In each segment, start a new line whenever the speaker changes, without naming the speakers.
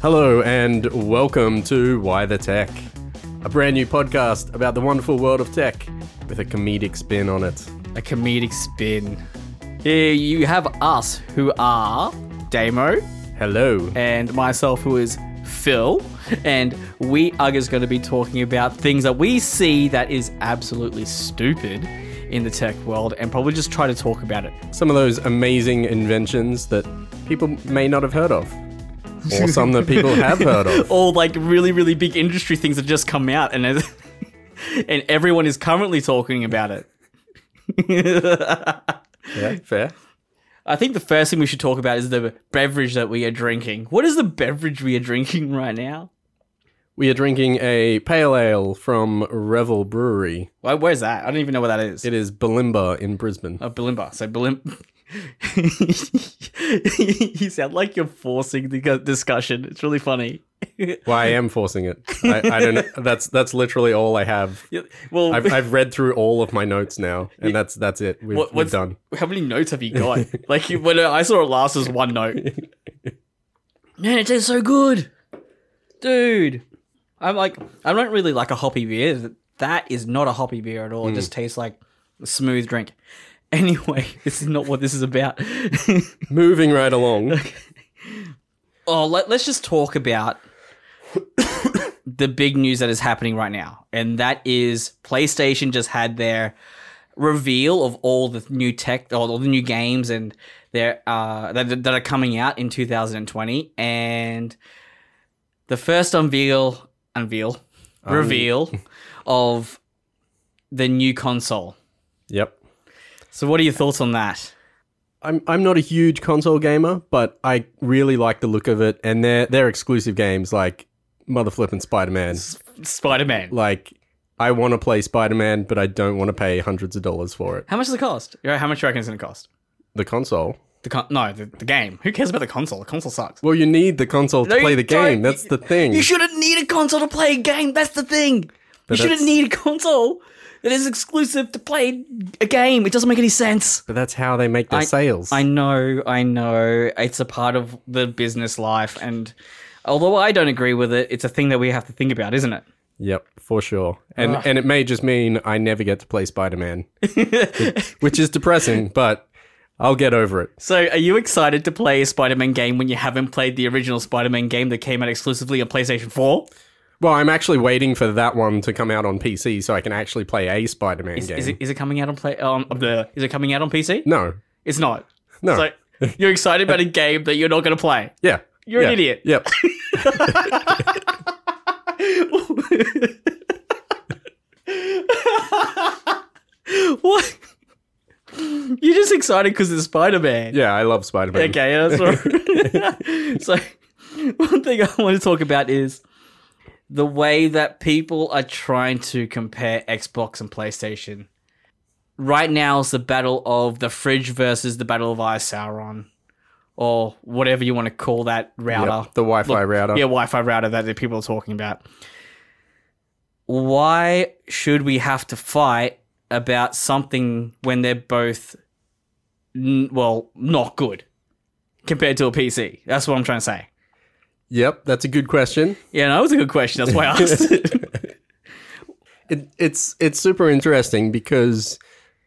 Hello, and welcome to Why the Tech, a brand new podcast about the wonderful world of tech with a comedic spin on it.
a comedic spin. Here you have us, who are Damo
Hello.
and myself, who is Phil, and we are just going to be talking about things that we see that is absolutely stupid in the tech world, and probably just try to talk about it.
Some of those amazing inventions that people may not have heard of, or some that people have heard of.
All like really, really big industry things that just come out, and and everyone is currently talking about it.
Yeah, fair.
I think the first thing we should talk about is the beverage that we are drinking. What is the beverage we are drinking right now?
We are drinking a pale ale from Revel Brewery.
Why, where's that? I don't even know what that is.
It is Balimba in Brisbane.
oh, Belimba. So Belim. you sound like you're forcing the go- discussion. It's really funny.
Well, I am forcing it. I, I don't know. That's that's literally all I have.
Yeah, well,
I've, I've read through all of my notes now, and that's that's it. We've,
what,
we're
what's
done.
How many notes have you got? like you- when I saw it last, it was one note. Man, it tastes so good, dude. I'm like, I don't really like a hoppy beer. That is not a hoppy beer at all. It just tastes like a smooth drink. Anyway, this is not what this is about.
Moving right along.
Oh, let, let's just talk about the big news that is happening right now. And that is PlayStation just had their reveal of all the new tech, all the new games and their, uh, that, that are coming out in 2020. And the first unveil, unveil, reveal of the new console.
Yep.
So, what are your thoughts on that?
I'm I'm not a huge console gamer, but I really like the look of it, and their their exclusive games like Motherflip and Spider Man.
Spider Man.
Like, I want to play Spider Man, but I don't want to pay hundreds of dollars for it.
How much does it cost? You know, How much do you reckon it's going to cost?
The console.
The con- no, the, the game. Who cares about the console? The console sucks.
Well, you need the console to
No,
play
you
the game.
don't.
That's the thing.
You shouldn't need a console to play a game. That's the thing.
But
you shouldn't
that's-
need a console that is exclusive to play a game. It doesn't make any sense.
but that's how they make their sales.
I know, I know. It's a part of the business life, and although I don't agree with it, it's a thing that we have to think about, isn't it?
Yep, for sure. And and it may just mean I never get to play Spider Man, which is depressing, but I'll get over it.
So, are you excited to play a Spider-Man game when you haven't played the original Spider-Man game that came out exclusively on PlayStation Four?
Well, I'm actually waiting for that one to come out on PC so I can actually play a Spider Man game.
Is it, is it coming out on play? Um, the is it coming out on PC?
no,
It's not.
no.
So you're excited about a game that you're not going to play.
yeah.
You're an
Yeah.
idiot.
Yep.
what? You're just excited because it's Spider Man.
Yeah, I love Spider Man.
Okay, yeah, that's all right. so, one thing I want to talk about is the way that people are trying to compare Xbox and PlayStation. Right now is the battle of the fridge versus the battle of Ice Sauron, or whatever you want to call that router.
the Wi Fi router.
Yeah, Wi-Fi router that the people are talking about. Why should we have to fight about something when they're both, n- well, not good compared to a PC? That's what I'm trying to say.
Yep, that's a good question.
Yeah, no, that was a good question. That's why I asked. it.
It, it's it's super interesting because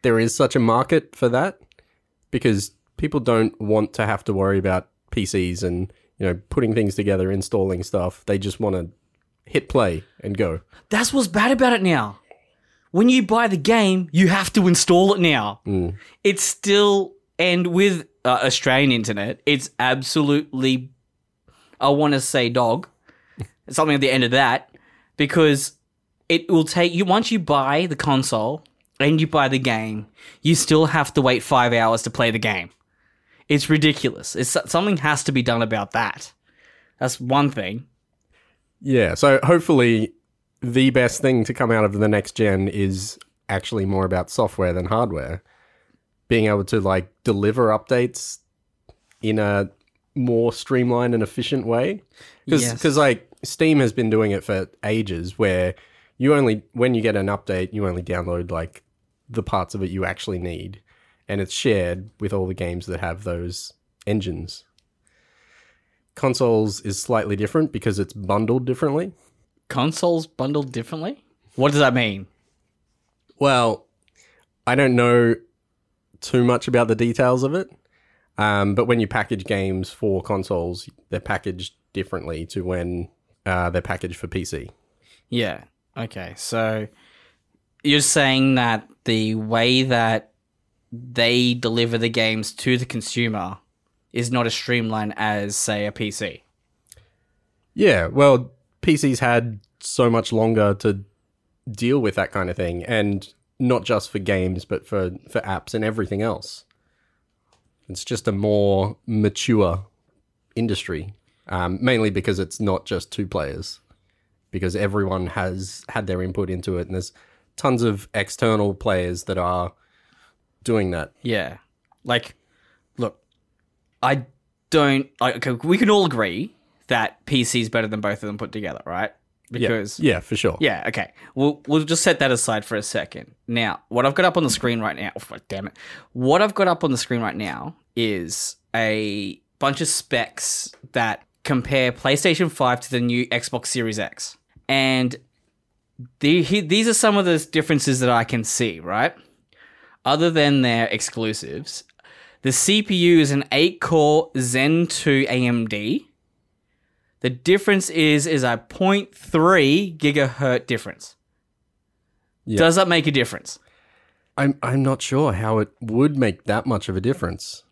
there is such a market for that because people don't want to have to worry about PCs and you know putting things together, installing stuff. They just want to hit play and go.
That's what's bad about it now. When you buy the game, you have to install it now. It's still, and with uh, Australian internet, it's absolutely, I want to say dog, something at the end of that, because it will take you, once you buy the console and you buy the game, you still have to wait five hours to play the game. It's ridiculous. It's, something has to be done about that. That's one thing.
Yeah, so hopefully the best thing to come out of the next gen is actually more about software than hardware. Being able to like deliver updates in a more streamlined and efficient way. Because
Yes.
like Steam has been doing it for ages where you only when you get an update, you only download like the parts of it you actually need. And it's shared with all the games that have those engines. Consoles is slightly different because it's bundled differently.
Consoles bundled differently? What does that mean?
Well, I don't know too much about the details of it, um, but when you package games for consoles, they're packaged differently to when uh, they're packaged for PC.
Yeah. Okay. So you're saying that the way that they deliver the games to the consumer is not as streamlined as, say, a PC.
Yeah, well, PCs had so much longer to deal with that kind of thing, and not just for games, but for, for apps and everything else. It's just a more mature industry, um, mainly because it's not just two players, because everyone has had their input into it, and there's tons of external players that are doing that.
Yeah. Like, look, I don't. I, okay, we can all agree that PC is better than both of them put together, right?
Yeah,
Because.
yeah, for sure.
Yeah, okay. We'll we'll just set that aside for a second. Now, what I've got up on the screen right now, oh, damn it. What I've got up on the screen right now is a bunch of specs that compare PlayStation 5 to the new Xbox Series X. And the, he, these are some of the differences that I can see, right? Other than their exclusives, the CPU is an 8-core Zen 2 AMD. The difference is is a 0.3 gigahertz difference.
Yeah.
Does that make a difference
I'm I'm not sure how it would make that much of a difference.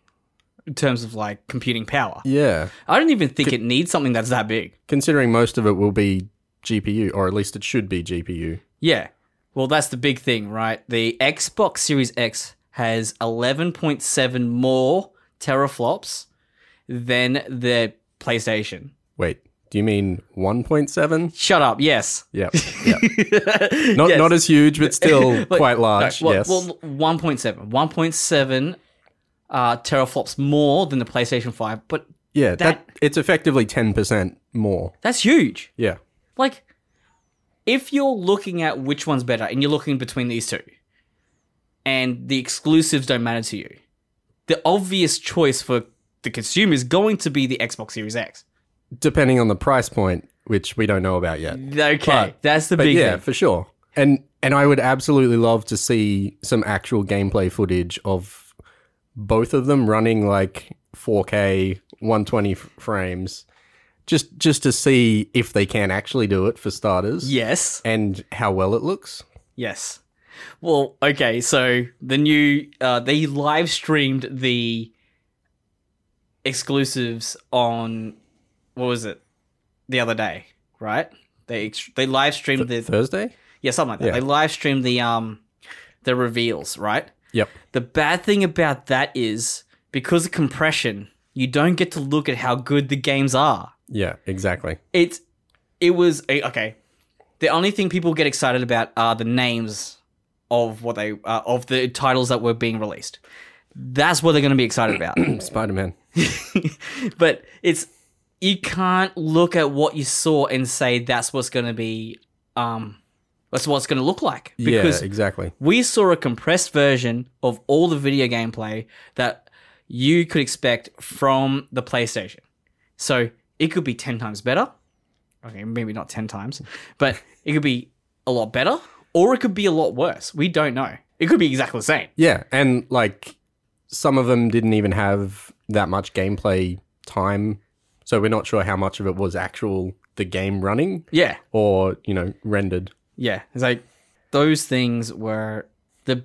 in terms of like computing power?
Yeah,
I don't even think it needs something that's that big.
considering most of it will be GPU, or at least it should be GPU.
Yeah. Well, that's the big thing, right? The Xbox Series X has 11.7 more teraflops than the PlayStation.
Wait, do you mean 1.7?
Shut up. Yes.
Yeah, yeah. Not
Yes.
not as huge, but still
Like,
quite large.
no, well,
yes.
Well, 1.7. 1.7 uh, teraflops more than the PlayStation 5, but
yeah, that,
that-
it's effectively 10% more.
that's huge.
Yeah.
Like, if you're looking at which one's better and you're looking between these two, and the exclusives don't matter to you, the obvious choice for the consumer is going to be the Xbox Series X.
Depending on the price point, which we don't know about yet.
Okay,
But-
that's the
But
big
yeah,
thing.
for sure. And and I would absolutely love to see some actual gameplay footage of both of them running like 4K 120 f- frames. Just just to see if they can actually do it for starters
Yes,
and how well it looks.
yes. Well, okay, so the new uh, they live streamed the exclusives on what was it the other day, right? They ex- they live streamed the
Thursday?
Yeah, something like that.
Yeah.
They live stream the um the reveals, right?
Yep.
The bad thing about that is because of compression, you don't get to look at how good the games are.
Yeah, exactly.
It's it was a- okay. The only thing people get excited about are the names of what they uh, of the titles that were being released. That's what they're going to be excited about.
Spider-Man.
but it's you can't look at what you saw and say that's what's going to be um that's what's going to look like because
yeah, exactly.
we saw a compressed version of all the video gameplay that you could expect from the PlayStation. So it could be 10 times better. Okay, maybe not 10 times, but it could be a lot better or it could be a lot worse. We don't know. It could be exactly the same.
Yeah, and like some of them didn't even have that much gameplay time, so we're not sure how much of it was actual the game running
Yeah.
or you know rendered.
Yeah. It's like those things were the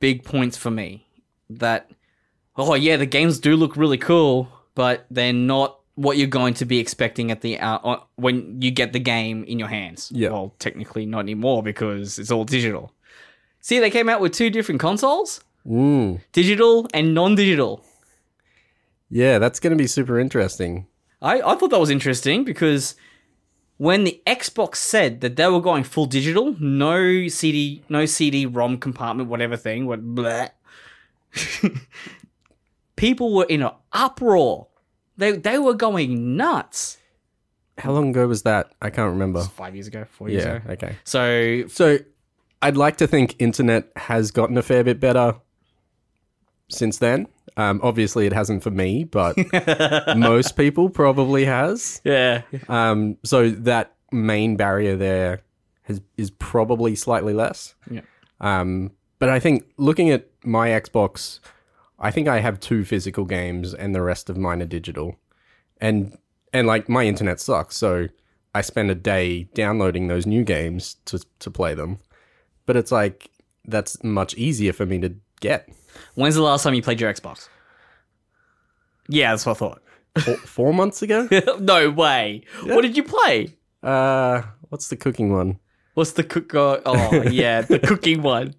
big points for me that, oh, yeah, the games do look really cool, but they're not what you're going to be expecting at the uh, on- when you get the game in your hands.
Yeah.
Well, technically not anymore because it's all digital. See, they came out with two different consoles
Mm.
digital and non digital.
Yeah, that's going to be super interesting.
I, I thought that was interesting because when the Xbox said that they were going full digital, no CD, no CD ROM compartment, whatever thing, what bleh, people were in an uproar. They they were going nuts.
How long ago was that? I can't remember.
Five years ago, four years
Yeah,
ago.
okay.
So
So I'd like to think internet has gotten a fair bit better since then. Um, obviously, it hasn't for me, but most people probably has.
Yeah.
Um, so that main barrier there has, is probably slightly less.
Yeah.
Um, but I think looking at my Xbox, I think I have two physical games and the rest of mine are digital. And and like my internet sucks, so I spend a day downloading those new games to to play them. But it's like that's much easier for me to get.
When's the last time you played your Xbox? Yeah, that's what I thought.
Four, four months ago?
no way. What did you play?
Uh what's the cooking one?
What's the cook? Oh, oh, yeah, the cooking one.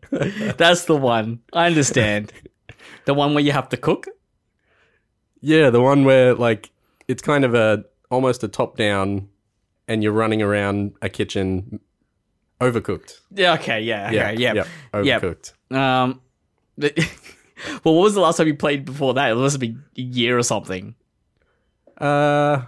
That's the one. I understand. The one where you have to cook.
Yeah, the one where like it's kind of a almost a top down, and you're running around a kitchen, overcooked.
Yeah. Okay. Yeah. Yeah. Okay, yeah.
yep, overcooked.
Um. the- well, what was the last time you played before that? It must have been a year or something.
Uh,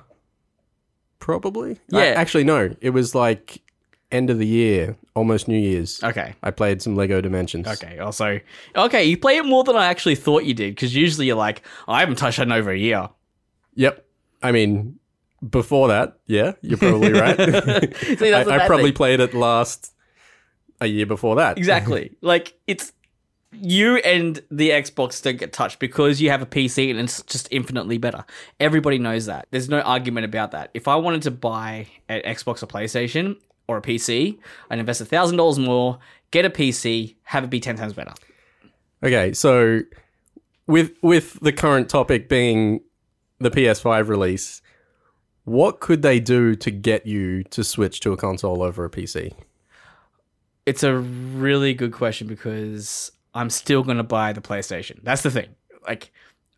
probably. I-
Yeah.
actually, no. It was like end of the year, almost New Year's.
Okay.
I played some Lego Dimensions.
Okay. Also, okay, you play it more than I actually thought you did because usually you're like, I haven't touched it in over a year.
Yep. I mean, before that, yeah, you're probably right.
See, that's the
I, I
bad
probably
thing.
played it last a year before that.
exactly like it's you and the Xbox don't get touched because you have a PC and it's just infinitely better. Everybody knows that. There's no argument about that. If I wanted to buy an Xbox or PlayStation or a PC, I'd invest a thousand dollars more, get a PC, have it be ten times better.
Okay, so with with the current topic being the PS5 release, what could they do to get you to switch to a console over a PC?
It's a really good question because I'm still gonna buy the PlayStation. That's the thing. Like,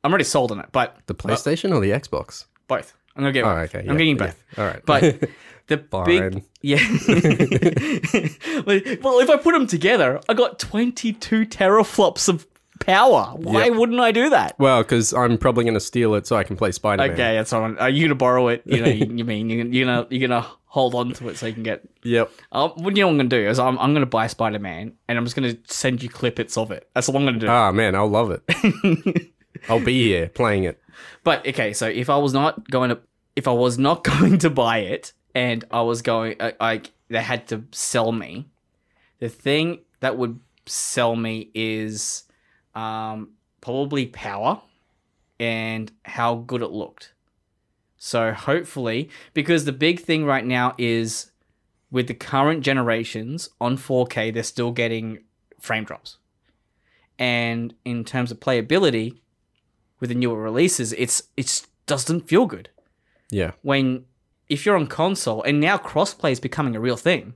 I'm already sold on it, but
The PlayStation or the Xbox?
both. Uh, I'm gonna get.
Oh,
both.
okay.
I'm getting both.
All right.
But the big
Fine.
yeah. Like, well, if I put them together, I got 22 teraflops of power. Why
Yep.
wouldn't I do that?
well, because I'm probably going to steal it so I can play Spider Man.
Okay, that's all. right. Are you gonna borrow it? You know, you, you mean you're, gonna- you're gonna you're gonna hold on to it so you can get.
Yep.
Uh, what you know what I'm gonna do is I'm, I'm gonna buy Spider Man and I'm just gonna send you clippets of it. That's all I'm gonna do.
Ah, man, I'll love it. I'll be here playing it.
But okay, so if I was not going to, if I was not going to buy it, and I was going, uh, like they had to sell me, the thing that would sell me is, um, probably power, and how good it looked. So hopefully, because the big thing right now is, with the current generations on 4K, they're still getting frame drops, and in terms of playability, with the newer releases, it's it's doesn't feel good.
Yeah.
When if you're on console and now crossplay is becoming a real thing,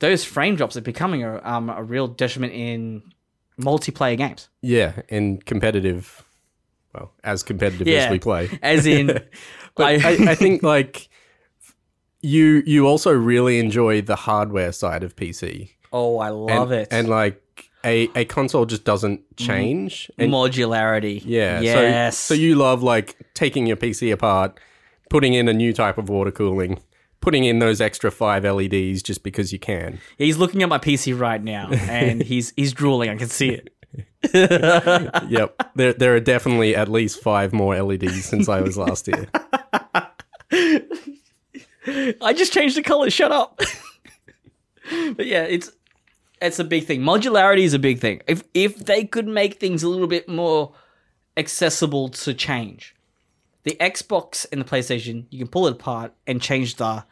those frame drops are becoming a, um, a real detriment in multiplayer games.
Yeah. And competitive. Well, as competitive
Yeah.
as we play.
As in,
But I, I think like you you also really enjoy the hardware side of PC.
oh, I
And-
love it.
And like a, a console just doesn't change. And
modularity.
yeah.
Yes.
So, so you love like taking your PC apart, putting in a new type of water cooling, putting in those extra five LEDs just because you can.
he's looking at my PC right now, and he's he's drooling. I can see it.
yep. There there are definitely at least five more LEDs since I was last here.
I just changed the color. Shut up. but yeah, it's it's a big thing. Modularity is a big thing. If if they could make things a little bit more accessible to change, the Xbox and the PlayStation, you can pull it apart and change the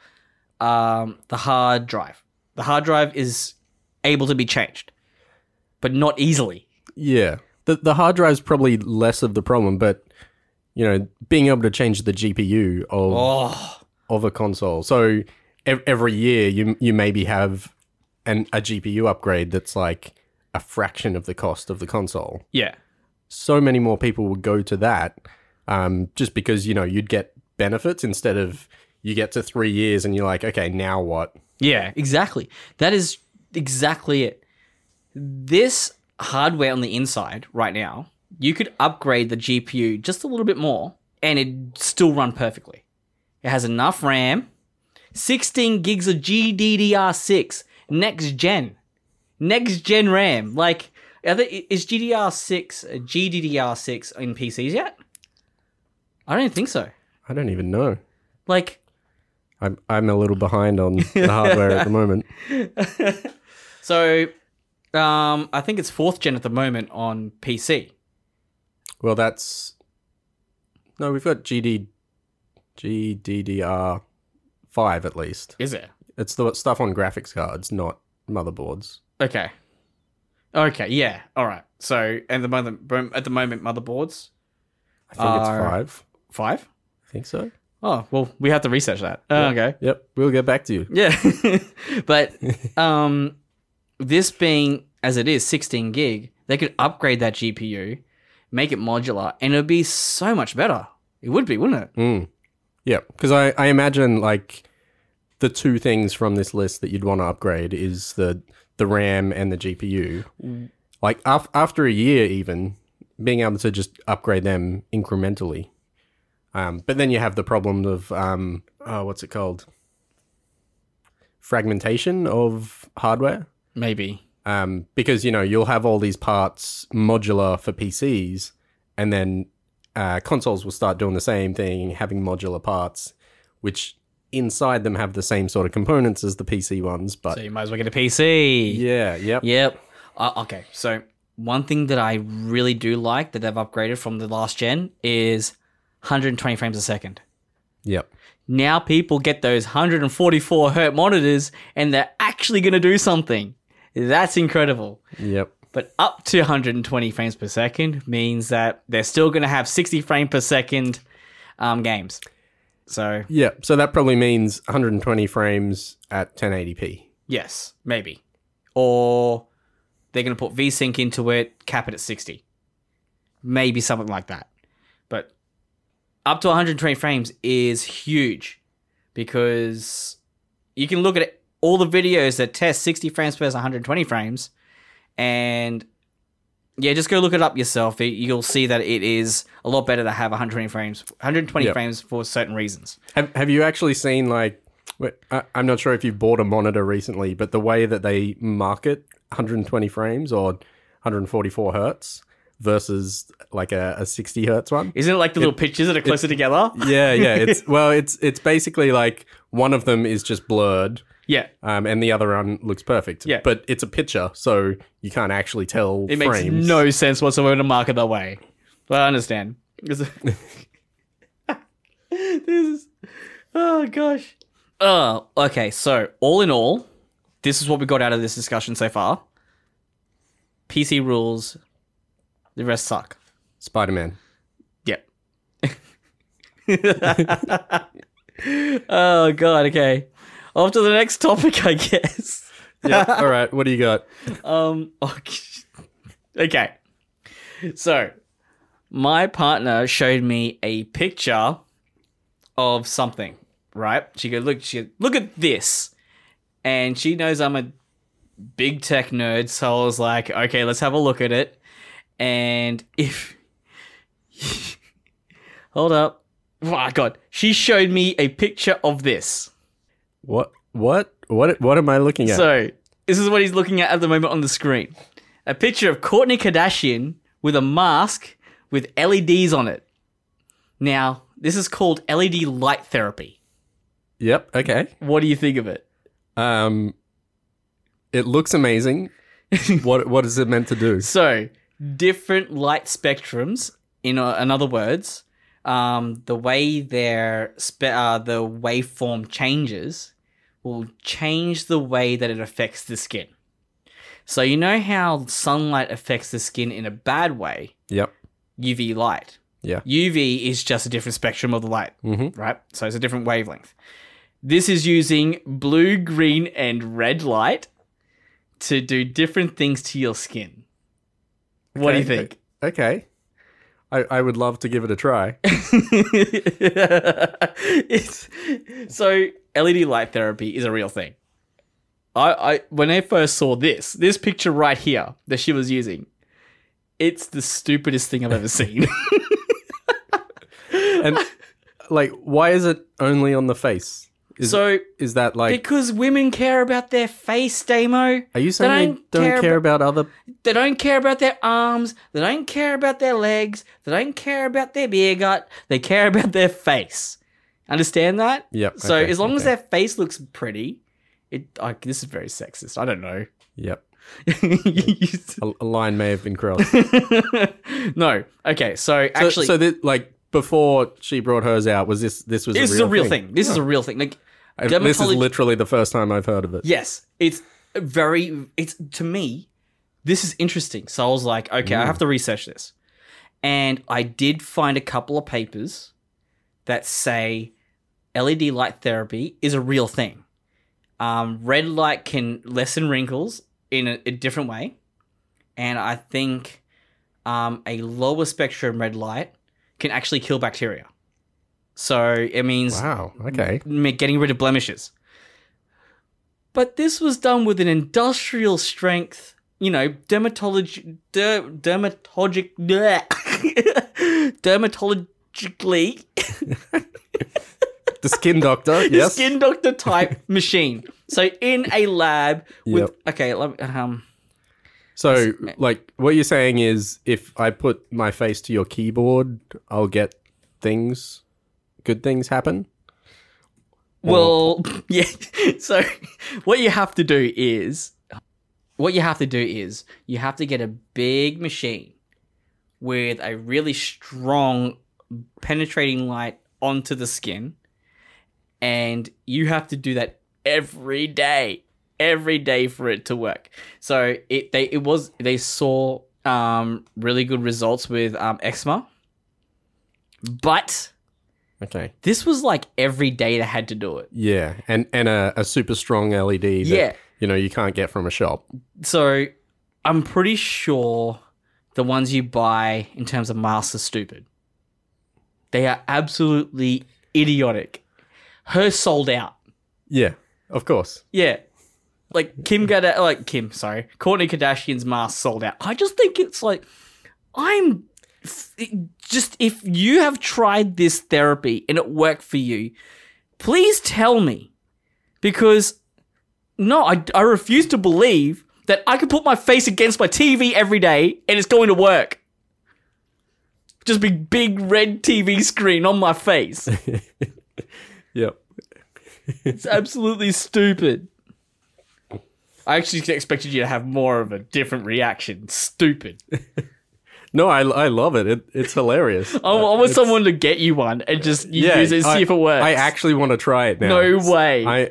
um, the hard drive. The hard drive is able to be changed, but not easily.
Yeah. The the hard drive's probably less of the problem, but you know, being able to change the GPU of
Oh,
of a console. So ev- every year you you maybe have an a GPU upgrade that's like a fraction of the cost of the console.
yeah.
So many more people would go to that um, just because you know you'd get benefits instead of you get to three years and you're like, okay, now what?
Yeah, exactly. That is exactly it. This hardware on the inside right now, you could upgrade the GPU just a little bit more and it'd still run perfectly. It has enough RAM, 16 gigs of GDDR6, next gen, next gen RAM. Like, Are they, is GDR six uh, GDDR six in PCs yet? I don't think so.
I don't even know.
Like,
I'm I'm a little behind on the hardware at the moment.
so, um, I think it's fourth gen at the moment on PC.
Well, that's no. We've got GD GDDR five at least.
Is it?
It's the stuff on graphics cards, not motherboards.
Okay. Okay. Yeah. All right. So, and the mother at the moment motherboards
I think
Are-
it's five.
five.
I think so.
Oh well, we have to research that. Oh, Okay.
Yep. We'll get back to you.
Yeah. but um this being as it is 16 gig, they could upgrade that GPU, make it modular, and it would be so much better. It would be, wouldn't it?
Mm. Yeah, because I, I imagine like the two things from this list that you'd want to upgrade is the the RAM and the GPU. Like af- after a year, even being able to just upgrade them incrementally. Um, but then you have the problem of um, oh, what's it called? Fragmentation of hardware
Maybe.
um, because you know you'll have all these parts modular for PCs, and then uh, consoles will start doing the same thing, having modular parts, which inside them have the same sort of components as the PC ones. But
So you might as well get a PC.
yeah, yep,
Yep. Uh, okay. So one thing that I really do like that they've upgraded from the last gen is 120 frames a second.
yep,
Now people get those 144 hertz monitors and they're actually going to do something. That's incredible.
yep,
But up to 120 frames per second means that they're still going to have 60 frame per second um, games. So,
yep. So that probably means 120 frames at 1080p.
yes, maybe. Or they're going to put VSync into it, cap it at 60. Maybe something like that. But up to 120 frames is huge because you can look at all the videos that test 60 frames versus 120 frames and yeah just go look it up yourself It- you'll see that it is a lot better to have 120 frames 120
Yep.
frames for certain reasons
Have Have you actually seen like? wait, I- I'm not sure if you bought a monitor recently, but the way that they market 120 frames or 144 hertz versus like a, a 60 hertz one.
isn't it like the little pictures that are closer together
Yeah, yeah. It's well, it's it's basically like one of them is just blurred,
yeah
um, and the other one looks perfect.
Yeah.
but it's a picture, so you can't actually tell.
it makes
frames.
no sense whatsoever to market that way but i understand this is oh gosh oh okay so all in all this is what we got out of this discussion so far pc rules the rest suck
Spider Man.
Yep. oh god, okay. Off to the next topic, I guess.
Yeah. All right. What do you got?
Um okay. okay. So, my partner showed me a picture of something, right? She goes, "Look, she goes, look at this." And she knows I'm a big tech nerd, so I was like, "Okay, let's have a look at it." And if Hold up. Oh, god. She showed me a picture of this.
What? What? What? What am I looking at?
So this is what he's looking at at the moment on the screen: a picture of Courtney Kardashian with a mask with LEDs on it. Now this is called LED light therapy.
yep. Okay.
What do you think of it?
Um, it looks amazing. what? What is it meant to do?
So different light spectrums. In, uh, in other words, um, the way their spe- uh, the waveform changes will change the way that it affects the skin. So you know how sunlight affects the skin in a bad way.
Yep.
UV light.
Yeah.
UV is just a different spectrum of the light,
hmm
right? So it's a different wavelength. This is using blue, green, and red light to do different things to your skin. What do you
Okay,
think?
Okay. I, I would love to give it a try.
it's, so LED light therapy is a real thing. I, I when I first saw this, this picture right here that she was using, it's the stupidest thing I've ever seen.
And like, why is it only on the face? Is,
so
is that like?
because women care about their face, Damo.
are you saying they
don't
don't,
care
care, about other?
They don't care about their arms. They don't care about their legs. They don't care about their beer gut. They care about their face. Understand that?
Yep.
So
okay,
as long as
okay.
their face looks pretty, it like this is very sexist. I don't know.
Yep. A, a line may have been crossed.
no. Okay. So
So-
actually,
so that like before she brought hers out, was this this was
this
a
is
real
a real thing. This is a real thing. Like
I- This is
Dermatology-
literally the first time I've heard of it.
Yes, it's very. It's to me, this is interesting. So I was like, okay, I have to research this, and I did find a couple of papers that say LED light therapy is a real thing. Um, red light can lessen wrinkles in a, a different way, and I think um, a lower spectrum red light can actually kill bacteria. So it means
Wow. Okay.
me- getting rid of blemishes. But this was done with an industrial strength, you know, dermatology, der, dermatologic, dermatologically
The skin doctor. yes.
skin doctor type machine. So in a lab with okay, let me, um,
So, like, what you're saying is, if I put my face to your keyboard, I'll get things, good things happen.
Well, yeah. So, what you have to do is, what you have to do is, you have to get a big machine with a really strong penetrating light onto the skin, and you have to do that every day, every day for it to work. So it they it was they saw um really good results with um eczema, but
Okay.
this was like every day they had to do it.
Yeah, and and a, a super strong LED. That,
Yeah.
You know, you can't get from a shop.
So I'm pretty sure the ones you buy in terms of masks are stupid. They are absolutely idiotic. Her sold out.
Yeah. Of course.
Yeah. Like Kim Gada like Kim, sorry. Courtney Kardashian's mask sold out. I just think it's like I'm just if you have tried this therapy and it worked for you, please tell me. Because no, I, I refuse to believe that I can put my face against my TV every day and it's going to work. Just big big red TV screen on my face.
Yep.
It's absolutely stupid. I actually expected you to have more of a different reaction. Stupid.
No, I, I love it. it it's hilarious.
I, I want someone to get you one and just you use it and see
I-
if it works.
I actually want to try it now.
No way.
I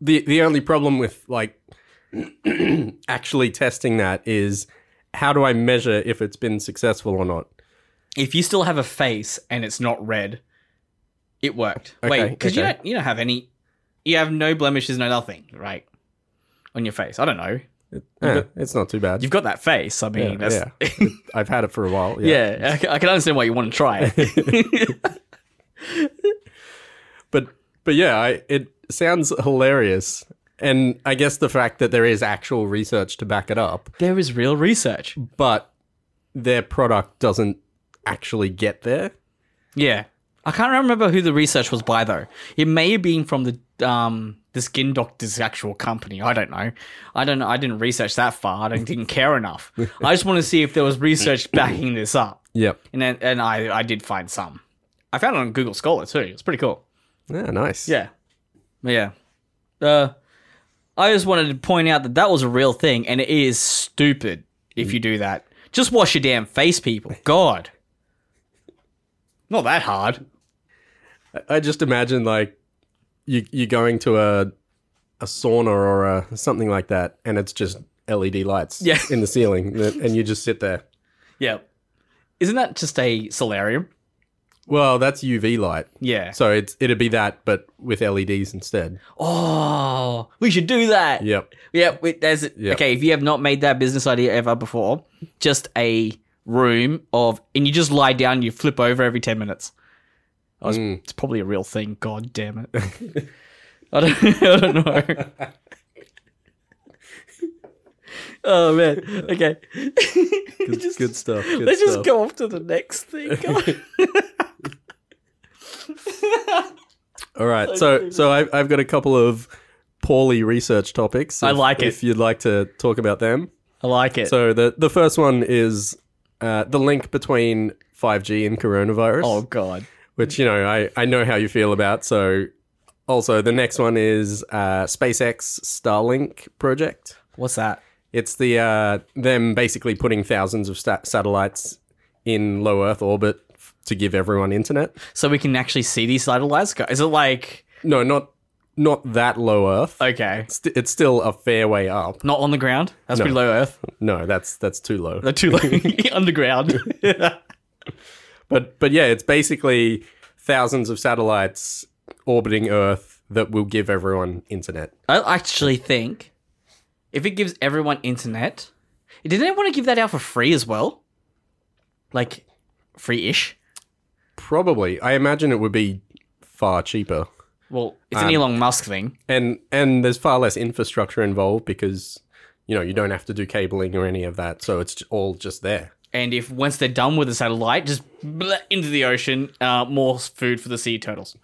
the the only problem with like actually testing that is how do I measure if it's been successful or not?
if you still have a face and it's not red, it worked.
Okay,
Wait, because you
okay.
don't you don't have any, you have no blemishes, no nothing, right? On your face. I don't know.
Eh, it's not too bad.
You've got that face. I mean,
Yeah,
that's
yeah. I've had it for a while. Yeah.
yeah. I c- I, can understand why you want to try it.
But but yeah, I, it sounds hilarious. And I guess the fact that there is actual research to back it up,
there is real research.
but their product doesn't actually get there.
Yeah. I can't remember who the research was by though. It may have been from the um the skin doctor's actual company. I don't know. I don't know. I didn't research that far. I don't- didn't care enough. I just want to see if there was research backing this up.
Yep.
And then, and I I did find some. I found it on Google Scholar too. It's pretty cool.
Yeah, nice.
Yeah. Yeah. Uh I just wanted to point out that that was a real thing and it is stupid if you do that. Just wash your damn face, people. God. Not that hard.
I just imagine like you you going to a a sauna or a, something like that, and it's just LED lights
Yeah.
in the ceiling, and you just sit there.
Yeah. Isn't that just a solarium?
Well, that's UV light,
Yeah.
so it's it'd be that, but with LEDs instead.
Oh, we should do that.
Yep.
Yeah. Wait, there's it.
Yeah.
Okay. If you have not made that business idea ever before, just a room of, and you just lie down, you flip over every 10 minutes. Oh, it's,
Mm.
it's probably a real thing. God damn it. I don't, I don't know. oh, man. Okay.
Good,
Just-
good stuff. Good
Let's
stuff.
just go off to the next thing. Come on.
All right. So so I, I've got a couple of poorly researched topics.
I
if-
like it.
If you'd like to talk about them.
I like it.
So the the first one is uh, the link between 5G and coronavirus,
oh god.
which you know I I know how you feel about. So also the next one is uh, SpaceX Starlink project.
What's that?
It's the uh, them basically putting thousands of sta- satellites in low Earth orbit f- to give everyone internet.
So we can actually see these satellites? Is it like
No, not not that low Earth.
okay,
St- it's still a fair way up.
not on the ground? That's
No.
pretty low Earth.
No, that's that's too low.
They're too low underground.
But but yeah, it's basically thousands of satellites orbiting Earth that will give everyone internet.
I actually think if it gives everyone internet, did anyone want to give that out for free as well? Like free ish?
Probably, I imagine it would be far cheaper,
Well, it's
um,
an Elon Musk thing.
and and there's far less infrastructure involved because you know you don't have to do cabling or any of that, so it's j- all just there.
And if once they're done with the satellite, just bleh, into the ocean, uh, more food for the sea turtles.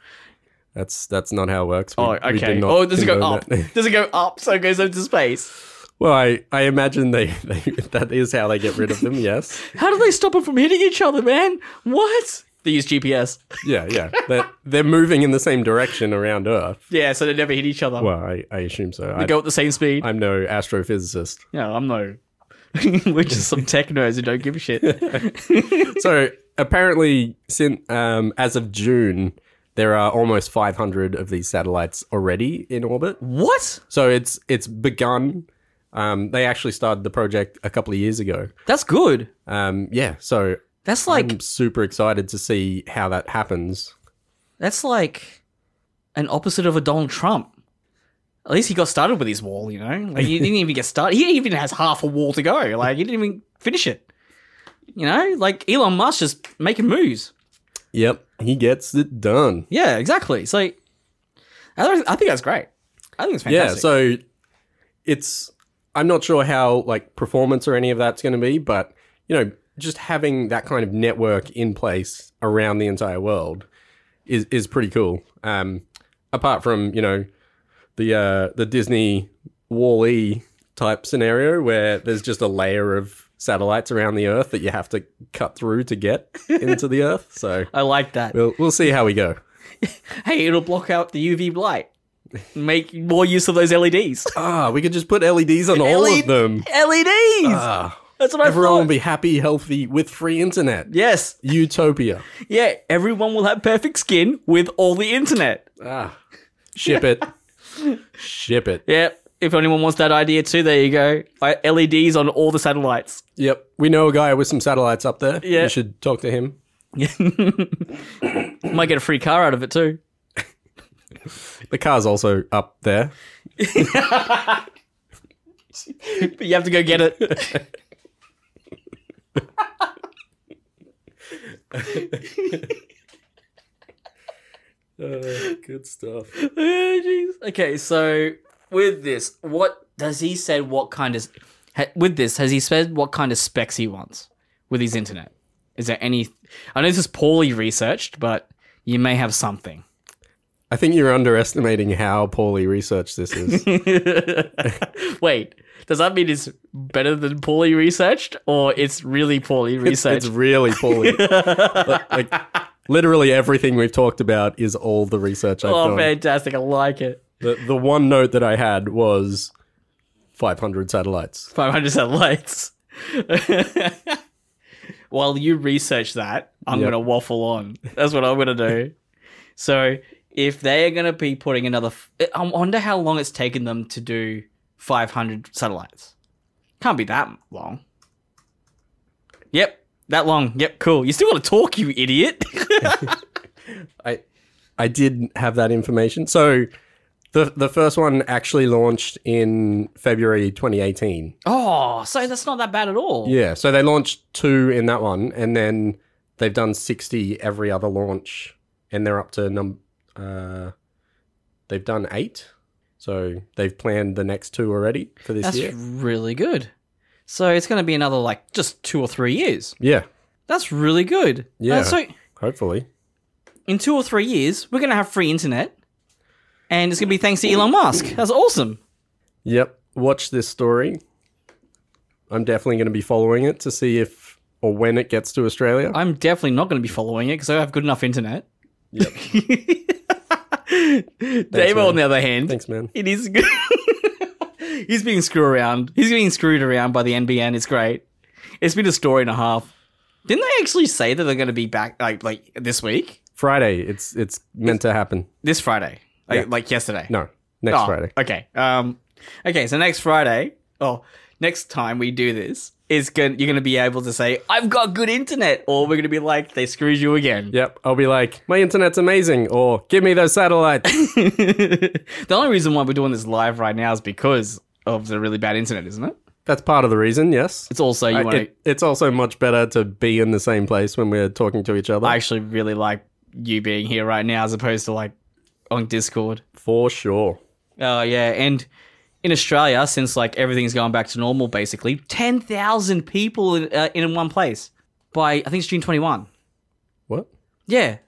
That's that's not how it works. We-
Oh,
we do
okay.
not
Oh, does it go
condone
up?
that.
does it go up? So it goes up to space.
Well, I, I imagine they, they that is how they get rid of them. Yes.
How do they stop them from hitting each other, man? What? They use GPS.
Yeah, yeah. They're, they're moving in the same direction around Earth.
Yeah, so they never hit each other.
Well, I, I assume so.
They
I,
go at the same speed.
I'm no astrophysicist.
no, I'm no. We're just some technos who don't give a shit.
So apparently, since um, as of June, there are almost 500 of these satellites already in orbit.
What?
So it's it's begun. Um, they actually started the project a couple of years ago.
That's good.
Um, yeah, so
That's like
I'm super excited to see how that happens.
that's like an opposite of a Donald Trump. At least he got started with his wall, you know. Like he didn't even get started. He even has half a wall to go. Like he didn't even finish it. You know, like Elon Musk just making moves.
Yep, he gets it done.
Yeah, exactly. So I, don't- I think that's great. I think it's fantastic.
Yeah, so it's I'm not sure how like performance or any of that's going to be, but you know, just having that kind of network in place around the entire world is is pretty cool. Um, apart from you know the uh, the Disney Wall-E type scenario where there's just a layer of satellites around the Earth that you have to cut through to get into the Earth. So
I like that.
we'll we'll see how we go.
Hey, it'll block out the UV light. Make more use of those E LEDs.
Ah, we could just put LEDs on all
LED
of them.
LEDs.
Ah.
that's what I
Everyone will
thought.
be happy, healthy, with free internet.
yes.
Utopia.
Yeah. Everyone will have perfect skin with all the internet.
Ah. Ship it. Ship it.
Yeah. If anyone wants that idea too, there you go. I- LEDs on all the satellites.
Yep. We know a guy with some satellites up there.
Yeah.
You should talk to him.
Might get a free car out of it too.
The car's also up there.
But you have to go get it. Uh,
good stuff.
Oh, jeez. okay, so with this, what does he say? What kind of ha, with this has he said what kind of specs he wants with his internet? Is there any? I know this is poorly researched, but you may have something.
I think you're underestimating how poorly researched this is.
Wait, does that mean it's better than poorly researched, or it's really poorly researched?
it's really poorly. like, like, literally everything we've talked about is all the research I've
oh,
done.
fantastic! I like it.
The, the one note that I had was 500 satellites.
500 satellites. While you research that, I'm
Yep.
going to waffle on. That's what I'm going to do. so, if they are going to be putting another, f- I wonder how long it's taken them to do 500 satellites. Can't be that long. Yep, that long. Yep, cool. You still got to talk, you idiot.
I I did have that information. So the the first one actually launched in February 2018.
oh, so that's not that bad at all.
Yeah, so they launched two in that one, and then they've done 60 every other launch, and they're up to num uh, they've done eight. So they've planned the next two already for this
that's
year.
really good. So, it's going to be another like just two or three years.
Yeah,
That's really good.
Yeah.
That's so
hopefully.
in two or three years, we're going to have free internet. and it's gonna be thanks to Elon Musk. That's awesome.
Yep. Watch this story. I'm definitely going to be following it to see if or when it gets to Australia.
I'm definitely not going to be following it because I have good enough internet.
Yep.
Dave,
man.
on the other hand,
Thanks, man.
it is good. He's being screwed around. He's being screwed around by the NBN. It's great. It's been a story and a half. Didn't they actually say that they're going to be back like like this week,
Friday. It's it's meant to happen.
this Friday, like,
Yeah.
like yesterday?
No, next
Oh,
Friday.
Okay. Um. Okay. So next Friday, or next time we do this, is going you're going to be able to say I've got good internet, or we're going to be like they screwed you again.
Yep. I'll be like, my internet's amazing, or give me those satellites.
the only reason why we're doing this live right now is because of the really bad internet, isn't it?
That's part of the reason. Yes.
It's also you
I-
want to.
Uh, it- it's also much better to be in the same place when we're talking to each other.
I actually really like you being here right now, as opposed to like on Discord.
for sure.
Oh yeah, and in Australia, since like everything's going back to normal, basically ten thousand people in, uh, in one place by I think it's June twenty one.
What?
Yeah,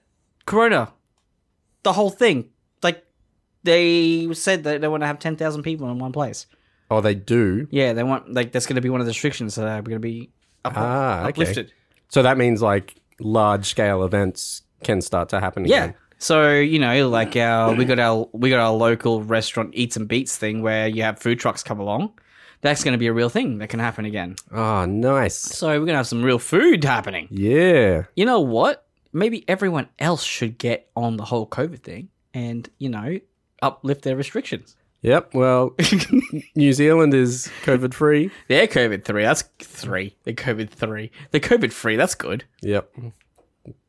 Corona, the whole thing. Like they said that they want to have ten thousand people in one place.
Oh, they do.
Yeah, they want like that's going to be one of the restrictions that are going to be up-
Ah, okay.
uplifted.
So that means like large scale events can start to happen
Yeah.
again.
So you know, like our we got our we got our local restaurant Eats and Beats thing where you have food trucks come along. That's going to be a real thing that can happen again.
Oh, nice.
So we're going to have some real food happening.
Yeah.
You know what? Maybe everyone else should get on the whole COVID thing and you know uplift their restrictions.
Yep. Well, New Zealand is COVID free.
They're COVID three. That's three. They're COVID three. They're COVID free. That's good.
Yep.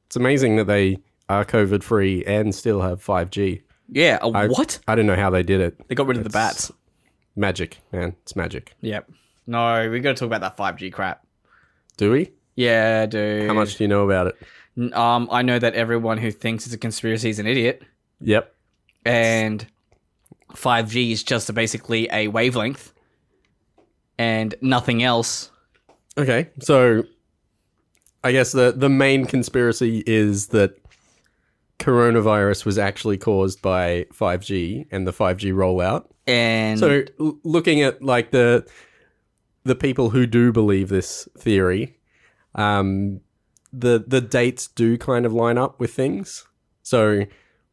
It's amazing that they are COVID free and still have 5G.
Yeah. a what?
I don't know how they did it.
They got rid of the
That's-
bats.
Magic, man. It's magic.
Yep. No, we got to talk about that five G crap.
Do we?
Yeah, dude.
How much do you know about it?
N- Um, I know that everyone who thinks it's a conspiracy is an idiot,
Yep.
and 5G is just basically a wavelength and nothing else.
Okay, so I guess the the main conspiracy is that coronavirus was actually caused by 5G and the 5G rollout.
And
So l- looking at like the the people who do believe this theory, um, the the dates do kind of line up with things. So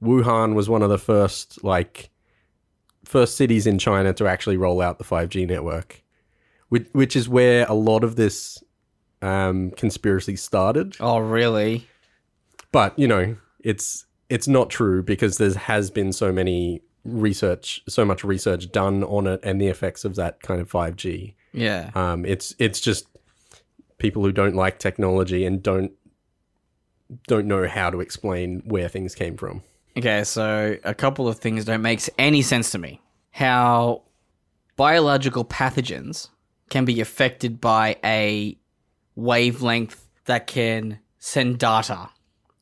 Wuhan was one of the first like first cities in China to actually roll out the 5G network, which, which is where a lot of this um, conspiracy started.
oh, really?
But you know, it's it's not true because there has been so many research, so much research done on it and the effects of that kind of 5G.
Yeah.
Um, it's it's just people who don't like technology and don't don't know how to explain where things came from.
Okay, so a couple of things don't make any sense to me. How biological pathogens can be affected by a wavelength that can send data.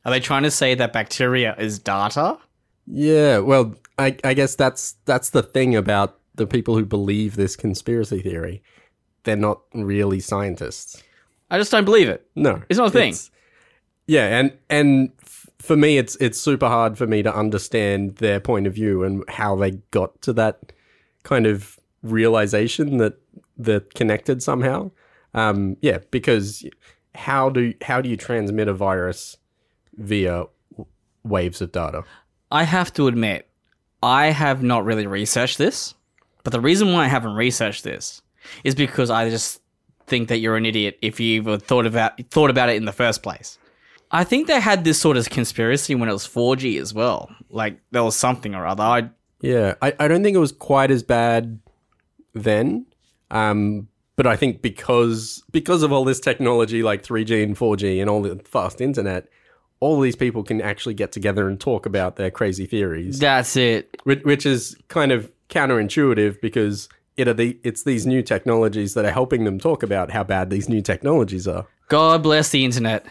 Are they trying to say that bacteria is data?
Yeah, well, I, I guess that's that's the thing about the people who believe this conspiracy theory. They're not really scientists.
I just don't believe it.
No,
It's not a thing.
It's- yeah, and and f- for me, it's it's super hard for me to understand their point of view and how they got to that kind of realization that that connected somehow. Um, yeah, because how do how do you transmit a virus via w- waves of data?
I have to admit, I have not really researched this. But the reason why I haven't researched this is because I just think that you're an idiot if you even thought about thought about it in the first place. I think they had this sort of conspiracy when it was 4G as well. Like there was something or other. I,
Yeah, I, I don't think it was quite as bad then. Um, but I think because because of all this technology like 3G and 4G and all the fast internet, all these people can actually get together and talk about their crazy theories,
that's it.
which, which is kind of counterintuitive because it are the it's these new technologies that are helping them talk about how bad these new technologies are.
God bless the internet.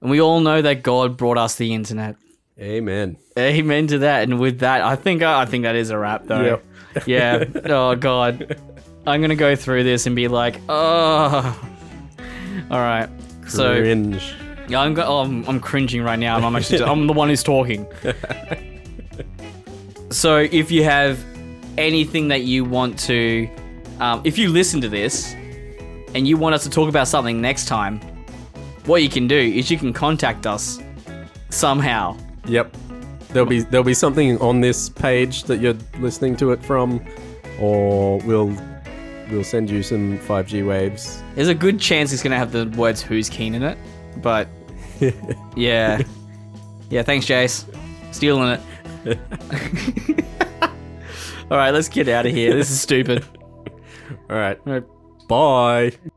and we all know that God brought us the internet.
Amen.
Amen to that. And with that, I think I think that is a wrap, though. Yeah. Oh God, I'm gonna go through this and be like, oh. All right. So
Cringe.
yeah, I'm, go- oh, I'm I'm cringing right now. and I'm actually I'm the one who's talking. So if you have anything that you want to, um, if you listen to this and you want us to talk about something next time, what you can do is you can contact us somehow.
Yep. There'll be there'll be something on this page that you're listening to it from, or we'll we'll send you some 5G waves.
There's a good chance it's going to have the words "Who's Keen" in it, but yeah, yeah. Thanks, Jace, stealing it. All right, let's get out of here. This is stupid.
All right.
All right.
Bye.